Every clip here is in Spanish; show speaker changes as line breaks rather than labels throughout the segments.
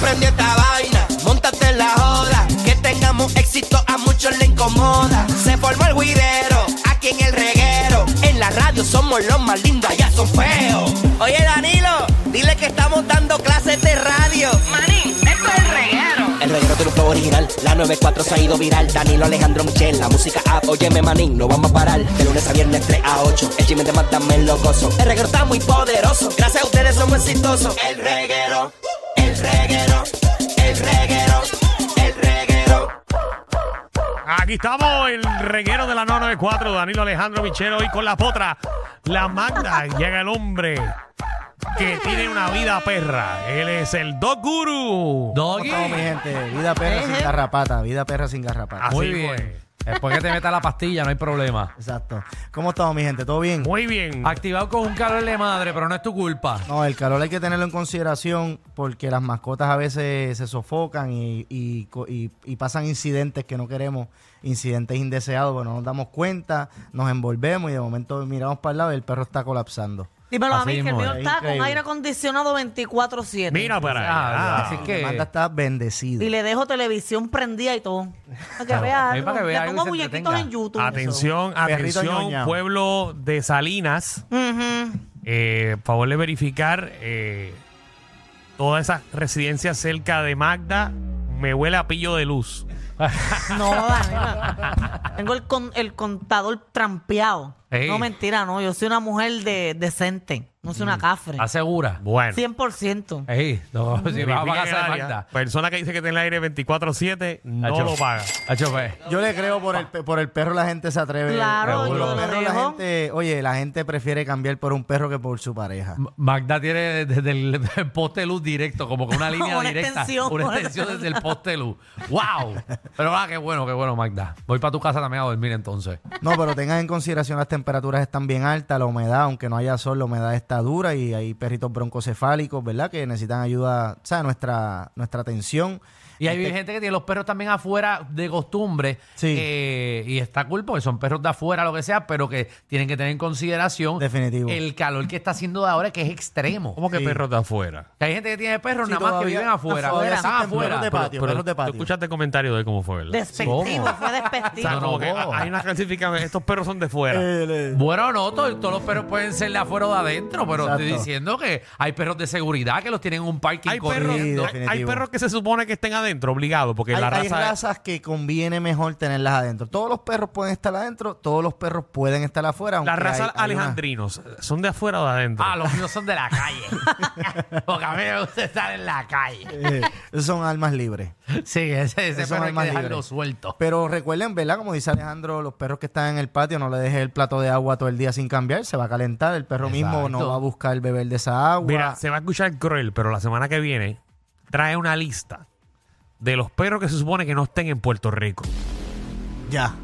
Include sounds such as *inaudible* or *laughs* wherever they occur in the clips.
prendí esta vaina, montate en la joda. Que tengamos éxito a muchos le incomoda. Se formó el guidero, aquí en el reguero. En la radio somos los más lindos, allá son feos. Oye Danilo, dile que estamos dando clases de radio.
Manín, esto es el reguero.
El reguero tiene un flow original, la 94 se ha ido viral. Danilo Alejandro Michel, la música app, óyeme manín, no vamos a parar. De lunes a viernes 3 a 8, el chisme de Mátame lo gozo. El reguero está muy poderoso, gracias a ustedes somos exitosos. El reguero, el reguero, el reguero, el reguero.
Aquí estamos, el reguero de la 994, Danilo Alejandro Michel, hoy con la potra, la magna. y Llega el hombre que tiene una vida perra. Él es el Dog Guru.
¿Cómo
Doggy.
estamos, mi gente? Vida perra sin garrapata, vida perra sin garrapata.
Así
Muy
fue.
bien. Después que te meta la pastilla, no hay problema.
Exacto. ¿Cómo estamos, mi gente? ¿Todo bien?
Muy bien.
Activado con un calor de madre, pero no es tu culpa.
No, el calor hay que tenerlo en consideración porque las mascotas a veces se sofocan y, y co- y- y pasan incidentes que no queremos, incidentes indeseados, bueno, nos damos cuenta, nos envolvemos y de momento miramos para el lado y el perro está colapsando.
Dímelo a
Así
mí, que el
mismo
mío
es,
está con
increíble.
aire acondicionado 24-7.
Mira para allá.
Ah, así
La Amanda
que.
está bendecida.
Y le dejo televisión prendida y todo. Para que
Claro,
vea.
ahí
algo.
para que vea
le
algo y
pongo
se
muñequitos
entretenga.
en YouTube.
Atención,
Perrito
atención,
ñoñao.
pueblo de Salinas.
Ujú.
Eh, favor de verificar eh, todas esas residencias cerca de Magda. Me huele a pillo de luz.
No, Daniela. Tengo el, con- el contador trampeado.
Ey.
No, mentira, no. Yo soy una mujer de, decente. No soy una cafre.
Asegura.
Bueno.
100%.
Mm. Ey, no, Pues si
verifica
vas para
el
casa de
área.
Magda.
Persona que dice que tiene el aire 24-7, no
Hacho.
lo paga.
Hacho, pues.
Yo le creo por el, pe- por el perro la gente se atreve.
Claro,
por
yo
el
lo
perro la
dejo.
gente, oye, la gente prefiere cambiar por un perro que por su pareja.
Ma- Magda tiene desde el el poste de luz directo, como que
*laughs*
una línea
Una
directa.
extensión.
Una extensión desde el poste de luz. ¡Wow! Pero ah, qué bueno, qué bueno, Magda. Voy para tu casa también a dormir entonces.
No, pero tengan en consideración las temperaturas están bien altas, la humedad, aunque no haya sol, la humedad está dura y hay perritos broncocefálicos, ¿verdad? Que necesitan ayuda, o sea, nuestra, nuestra atención.
Y hay
Este-
gente que tiene los perros también afuera de costumbre.
Sí.
eh, y está cool porque son perros de afuera, lo que sea, pero que tienen que tener en consideración
Definitivo.
el calor que está haciendo ahora, que es extremo.
¿Cómo que
Sí.
perro de afuera?
Que hay gente que tiene perros
Sí,
nada más
todavía-
que viven afuera.
todavía
Están
existen perros de patio, perros de
Tú
patio.
escuchaste el comentario de cómo fue, ¿verdad?
Despectivo,
¿Cómo?
fue
O
despectivo.
sea,
No,
como
no,
que
no.
hay una clasificación, estos perros son de fuera.
El, eh,
Bueno, no, to- todos los perros pueden ser de afuera o de adentro, pero estoy
Exacto.
diciendo que hay perros de seguridad que los tienen en un parking
Hay perros,
Sí,
corriendo.
hay- hay
definitivo.
perros que se supone que estén adentro, obligados, porque
hay,
la
hay
raza.
razas que conviene mejor tenerlas adentro. Todos los perros pueden estar adentro, todos los perros pueden estar afuera.
La
aunque
raza
hay- hay
alejandrinos, ¿son de afuera o de adentro?
Ah, los míos son de la calle. *laughs* Porque a mí me gusta estar en la calle.
una- eh, son almas libres.
Sí, ese, ese
Esos
perro hay que
almas
dejarlo
libres.
suelto.
Pero recuerden, ¿verdad? Como dice Alejandro, los perros que están en el patio, no le dejes el plato de agua todo el día sin cambiar, se va a calentar, el perro mismo no
Exacto.
va a buscar beber de esa agua.
Mira, se va a escuchar cruel, pero la semana que viene trae una lista de los perros que se supone que no estén en Puerto Rico.
Ya.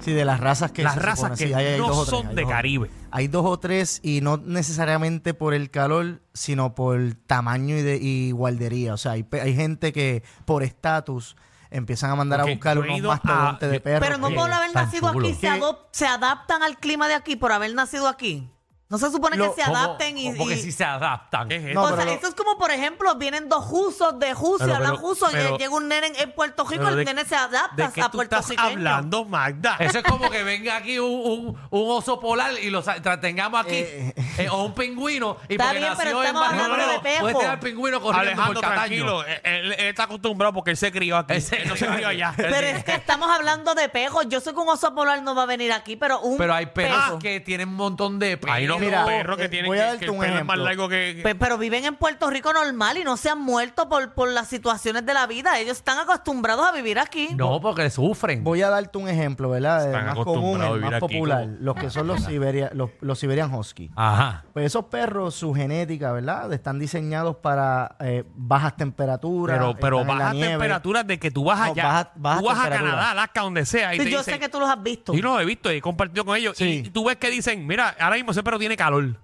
Sí, de las razas que
Las
se
razas
supone,
que
sí, hay- hay
no
dos o tres,
son
hay
de
dos o-
Caribe.
Hay dos o tres y no necesariamente por el calor, sino por tamaño y, de, y guardería. O sea, hay, pe- hay gente que por estatus empiezan a mandar
Ok,
a buscar
yo he
unos
ido
mastodontes
a-
de perros.
Pero no
que-
por haber
tan
nacido
chulo.
aquí, se,
Que-
adop- se adaptan al clima de aquí por haber nacido aquí. No se supone
Lo-
que se adapten y...
Porque
y-
si se adaptan.
¿Qué es esto?
No,
o
pero
sea,
lo-
eso es como, por ejemplo, vienen dos usos de juso, y
Pero-
hablan
pero-
juso, y
pero-
llega un nene en, en Puerto Rico,
Pero de-
el nene se adapta
¿De qué
a
tú estás
puertorriqueño.
hablando, Magda?
Eso es como que venga aquí un, un- un oso polar y lo sa- tra- tengamos aquí.
Eh.
Eh, o un pingüino. Y
Está
porque
bien, pero
nació en
estamos
Barrio
hablando de
Nuevo, puede
pejo.
tener al pingüino corriendo
Alejandro,
por Cataño.
tranquilo. Él, él- él está acostumbrado porque él se crió aquí.
Él se
Él no se
crió
crió
aquí.
allá.
Pero es que estamos hablando de pejos. Yo sé que un oso polar no va a venir aquí, pero un
Pero hay perros
pejo.
que tienen un montón de pelos.
*laughs* Hay unos
Mira,
perros que
eh,
tienen
voy
que,
a
que
darte
el
un
pelo es más
ejemplo.
largo que... que-
Ah, Pe- Pero viven en Puerto Rico normal y no se han muerto por, por las situaciones de la vida. Ellos están acostumbrados a vivir aquí.
No, porque sufren.
Voy a darte un ejemplo, ¿verdad? El
Están
más común,
acostumbrados a
el
vivir
más
aquí
popular,
como-
los que son
*laughs*
los, Siberia, los, los Siberian Husky.
Ajá.
Pues esos perros, su genética, ¿verdad? Están diseñados para eh, bajas temperaturas.
Pero, pero
están eh, en la
bajas
nieve.
temperaturas de que tú vas
No,
allá,
bajas- bajas
tú vas a
temperaturas.
Canadá, Alaska, donde sea, y
Sí,
te
yo
dicen,
sé que tú los has visto.
y los he visto y he compartido con ellos,
Sí.
y tú ves que dicen, mira, ahora mismo ese perro tiene calor,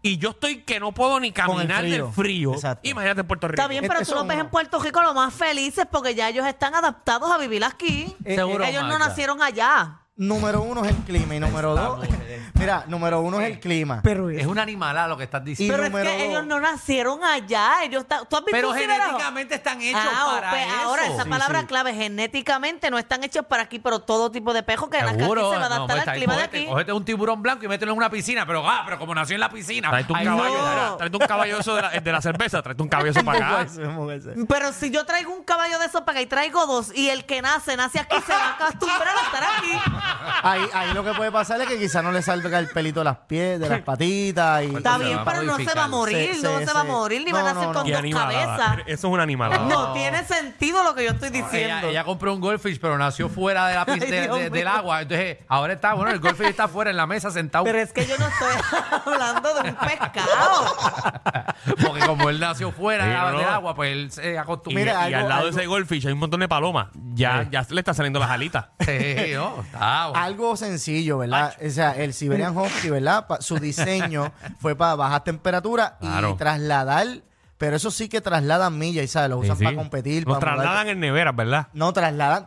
y yo estoy que no puedo ni
el
caminar del
frío.
frío,
Exacto.
imagínate en Puerto Rico.
Está bien,
Este
pero tú los
son-
ves en Puerto Rico lo más felices porque ya ellos están adaptados a vivir aquí.
Eh,
Seguro.
ellos no
Magda.
nacieron allá.
Número uno es el clima y número
Está
dos. *laughs*
muy bien.
Mira, número uno es el clima.
Pero
Es una animalada lo que estás diciendo.
Pero es que
número dos.
ellos no nacieron allá. Ellos ta- ¿Tú has visto
Pero
un ciberao?
genéticamente están hechos
Ah,
para
pues
eso.
Ahora, esa
Sí,
palabra
sí.
clave, genéticamente no están hechos para aquí, pero todo tipo de pejo que nazca aquí
Seguro.
se va
No,
a
pues,
adaptar al
ahí,
clima de
cógete-
aquí.
cógete un tiburón blanco y mételo en una piscina. Pero, ah, pero como nació en la piscina.
Tráete un
ahí
caballo,
no.
de la- tráete un caballo eso de la, de la cerveza, tráete un
*laughs*
caballo *laughs* eso para acá.
Ese es moverse.
Pero si yo traigo un caballo de esos para acá y traigo dos, y el que nace, nace aquí, se va a acostumbrar a estar
*laughs*
aquí.
Ahí, ahí lo que puede pasar es que quizás no le salga el pelito de las pies, de las patitas.
Pues
Y,
Está
se
bien,
va a
pero no se va
modificar.
a morir,
Sí,
no
sí,
se va a
sí.
morir, ni van
No,
a nacer
no,
con
no.
Qué
dos
animalada.
cabezas.
Eso es una animalada.
No tiene sentido lo que yo estoy
Ella,
diciendo.
ella compró un goldfish, pero nació
*laughs*
fuera de la pis-
Ay,
de-
Dios
de-
mío.
del agua. Entonces, ahora está, bueno, el goldfish está fuera en la mesa sentado.
Pero es que yo no estoy *laughs* hablando de un pescado.
*laughs* Porque como él nació fuera
Sí,
de-
no.
del agua, pues él se
Y,
acostumbró.
Mira,
y
algo-
al lado
algo-
de ese goldfish hay un montón de palomas. Ya, ya le están saliendo las alitas.
Sí, no,
*laughs*
Oh.
está, bueno.
Algo sencillo, ¿verdad? O sea, el Siberian Husky, ¿verdad?
*laughs*
Pa- su diseño fue para bajas temperaturas
Claro.
y trasladar, pero eso sí que trasladan millas, y sabes, *laughs* lo usan
Sí, sí.
para competir.
Los
para mudar-
trasladan en neveras, ¿verdad?
No, trasladan,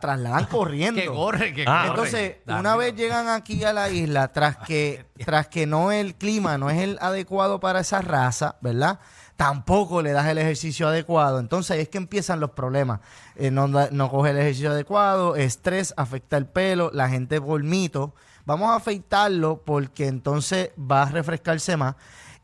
*laughs*
trasladan corriendo.
Que corre, que
Ah,
corre.
Entonces,
Dale,
una vez
no.
llegan aquí a la isla, tras que, tras que no el clima no es el adecuado para esa raza, ¿verdad? Tampoco le das el ejercicio adecuado. Entonces ahí es que empiezan los problemas. Eh, no, da- no coge el ejercicio adecuado, estrés, afecta el pelo, la gente vomito. Vamos a afeitarlo porque entonces va a refrescarse más.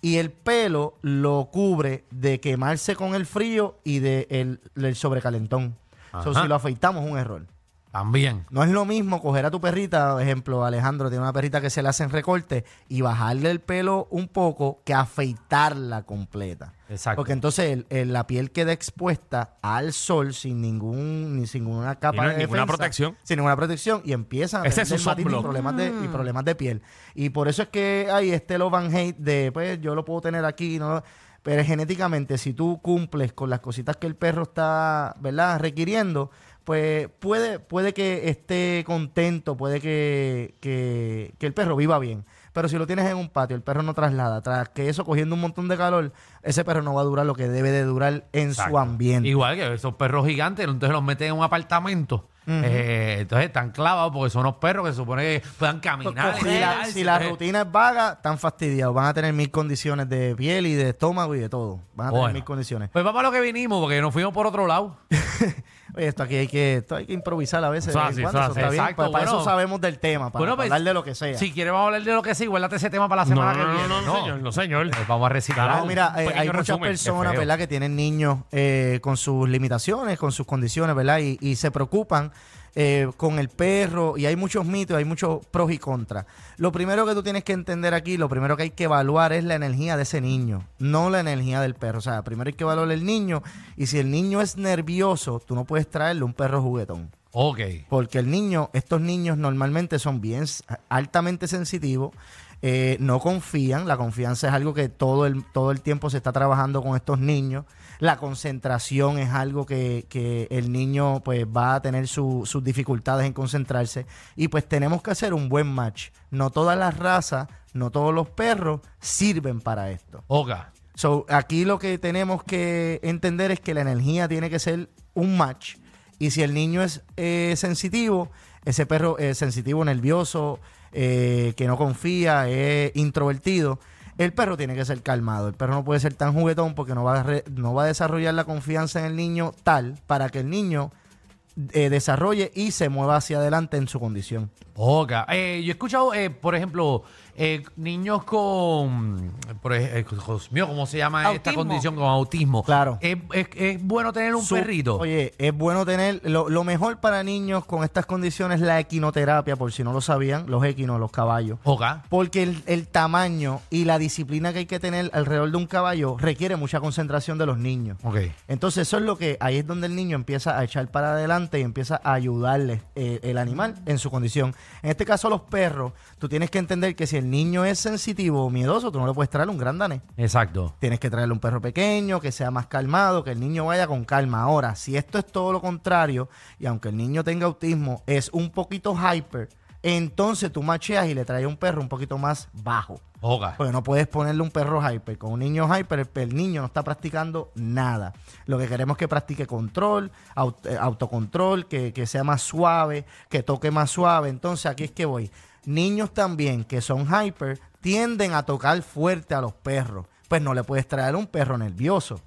Y el pelo lo cubre de quemarse con el frío y de el, del sobrecalentón. So,
Ajá.
si lo afeitamos es un error.
También.
No es lo mismo coger a tu perrita, por ejemplo, Alejandro tiene una perrita que se le hacen recorte y bajarle el pelo un poco que afeitarla completa.
Exacto.
Porque entonces el- el- la piel queda expuesta al sol sin ningún ni sin ninguna
Y
capa
no hay
de
ninguna
defensa,
protección.
Sin ninguna protección y empiezan a
Ese es
tener
su
dermatitis y
sunblock.
problemas de y problemas de piel. Y por eso es que hay este love and hate de pues yo lo puedo tener aquí, no lo- pero genéticamente si tú cumples con las cositas que el perro está, ¿verdad? requiriendo, pues puede puede que esté contento, puede que, que, que el perro viva bien. Pero si lo tienes en un patio, el perro no traslada. Tras que eso, cogiendo un montón de calor, ese perro no va a durar lo que debe de durar en su
Exacto.
ambiente.
Igual que esos perros gigantes, entonces los meten en un apartamento. Eh, entonces están clavados porque son unos perros que se supone que puedan caminar.
Porque Pues, si la,
y
si la
tal.
rutina es vaga, están fastidiados. Van a tener mil condiciones de piel y de estómago y de todo. Van a tener
Bueno.
mil condiciones. *laughs*
Pues vamos a lo que vinimos, porque nos fuimos por otro lado.
Oye, esto aquí hay que, esto hay que improvisar a veces.
Eso
de vez
así,
en cuando,
eso
eso está
así.
bien. Pues,
Exacto,
Para- para
bueno.
eso sabemos del tema, para,
Bueno,
para
pues,
hablar de lo que sea.
Si quieres, vamos a hablar de lo que sí. Guárdate ese tema para la semana que viene.
no, señor.
Pues vamos a reciclar.
Claro,
un
mira, eh,
pequeño
hay muchas
resumen, qué
personas,
feo.
¿verdad?, que tienen niños eh, con sus limitaciones, con sus condiciones, ¿verdad? Y, y se preocupan eh, con el perro y hay muchos mitos, hay muchos pros y contras. Lo primero que tú tienes que entender aquí, lo primero que hay que evaluar es la energía de ese niño, no la energía del perro. O sea, primero hay que evaluar el niño y si el niño es nervioso, tú no puedes traerle un perro juguetón.
Ok.
Porque el niño, estos niños normalmente son bien s- altamente sensitivos, eh, no confían. La confianza es algo que todo el, todo el tiempo se está trabajando con estos niños. La concentración es algo que, que el niño pues va a tener su- sus dificultades en concentrarse. Y pues tenemos que hacer un buen match. No todas las razas, no todos los perros sirven para esto.
Ok.
So, aquí lo que tenemos que entender es que la energía tiene que ser un match. Y si el niño es eh, sensitivo, ese perro es sensitivo, nervioso, eh, que no confía, es introvertido, el perro tiene que ser calmado. El perro no puede ser tan juguetón porque no va a, re- no va a desarrollar la confianza en el niño tal para que el niño eh, desarrolle y se mueva hacia adelante en su condición.
Ok. Eh, yo he escuchado, eh, por ejemplo, eh, niños con. Por, ej- eh, Dios mío, ¿cómo se llama esta
Autismo.
condición? Con autismo.
Claro.
Es, es- es bueno tener un
Su-
perrito.
Oye, es bueno tener. Lo, lo mejor para niños con estas condiciones es la equinoterapia, por si no lo sabían, los equinos, los caballos.
Ok.
Porque el, el tamaño y la disciplina que hay que tener alrededor de un caballo requiere mucha concentración de los niños.
Ok.
Entonces, eso es lo que. Ahí es donde el niño empieza a echar para adelante y empieza a ayudarle eh, el animal en su condición. En este caso, los perros, tú tienes que entender que si el niño es sensitivo o miedoso, tú no le puedes traer un gran danés.
Exacto.
Tienes que traerle un perro pequeño, que sea más calmado, que el niño vaya con calma. Ahora, si esto es todo lo contrario, y aunque el niño tenga autismo, es un poquito hyper, Entonces tú macheas y le traes un perro un poquito más bajo.
Joga.
Porque no puedes ponerle un perro hyper. Con un niño hyper, el, el niño no está practicando nada. Lo que queremos es que practique control, aut- eh, autocontrol, que, que sea más suave, que toque más suave. Entonces, aquí es que voy. Niños también que son hyper tienden a tocar fuerte a los perros. Pues no le puedes traer un perro nervioso.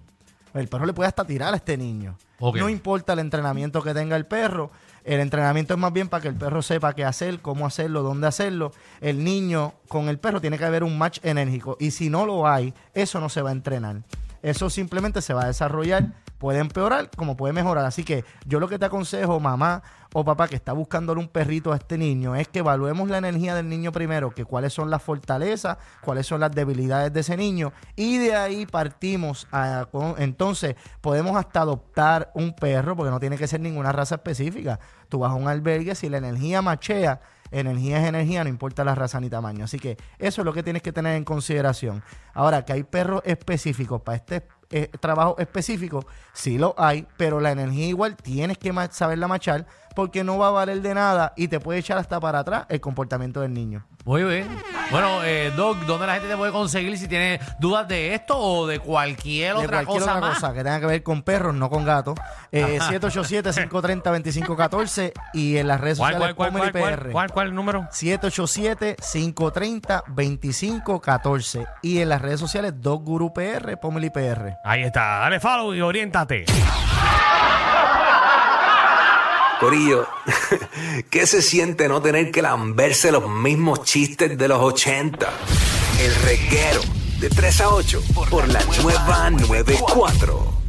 El perro le puede hasta tirar a este niño.
Ok.
No importa el entrenamiento que tenga el perro. El entrenamiento es más bien para que el perro sepa qué hacer, cómo hacerlo, dónde hacerlo. El niño con el perro tiene que haber un match enérgico. Y si no lo hay, eso no se va a entrenar. Eso simplemente se va a desarrollar. Puede empeorar como puede mejorar. Así que yo lo que te aconsejo, mamá o papá que está buscándole un perrito a este niño, es que evaluemos la energía del niño primero, que cuáles son las fortalezas, cuáles son las debilidades de ese niño. Y de ahí partimos. A, con- entonces, podemos hasta adoptar un perro, porque no tiene que ser ninguna raza específica. Tú vas a un albergue, si la energía machea, energía es energía, no importa la raza ni tamaño. Así que eso es lo que tienes que tener en consideración. Ahora, que hay perros específicos para este eh, trabajo específico, sí lo hay, pero la energía igual tienes que ma- saberla machar porque no va a valer de nada y te puede echar hasta para atrás el comportamiento del niño.
Muy bien. Bueno, eh, Doc, ¿dónde la gente te puede conseguir si tiene dudas de esto o de cualquier
de
otra
cualquier
cosa
otra
más?
cosa que tenga que ver con perros, no con gatos. Eh, 787-530-2514 y en las redes
¿Cuál,
sociales
cuál, cuál,
Comedy
cuál, cuál,
PR.
cuál, cuál número?
787-530-2514 y en las redes sociales Dog Guru PR, Pomeli PR.
Ahí está, dale follow y oriéntate.
Corillo, *laughs* ¿qué se siente no tener que lamberse los mismos chistes de los 80? El reguero de 3 a 8 por la nueva 94.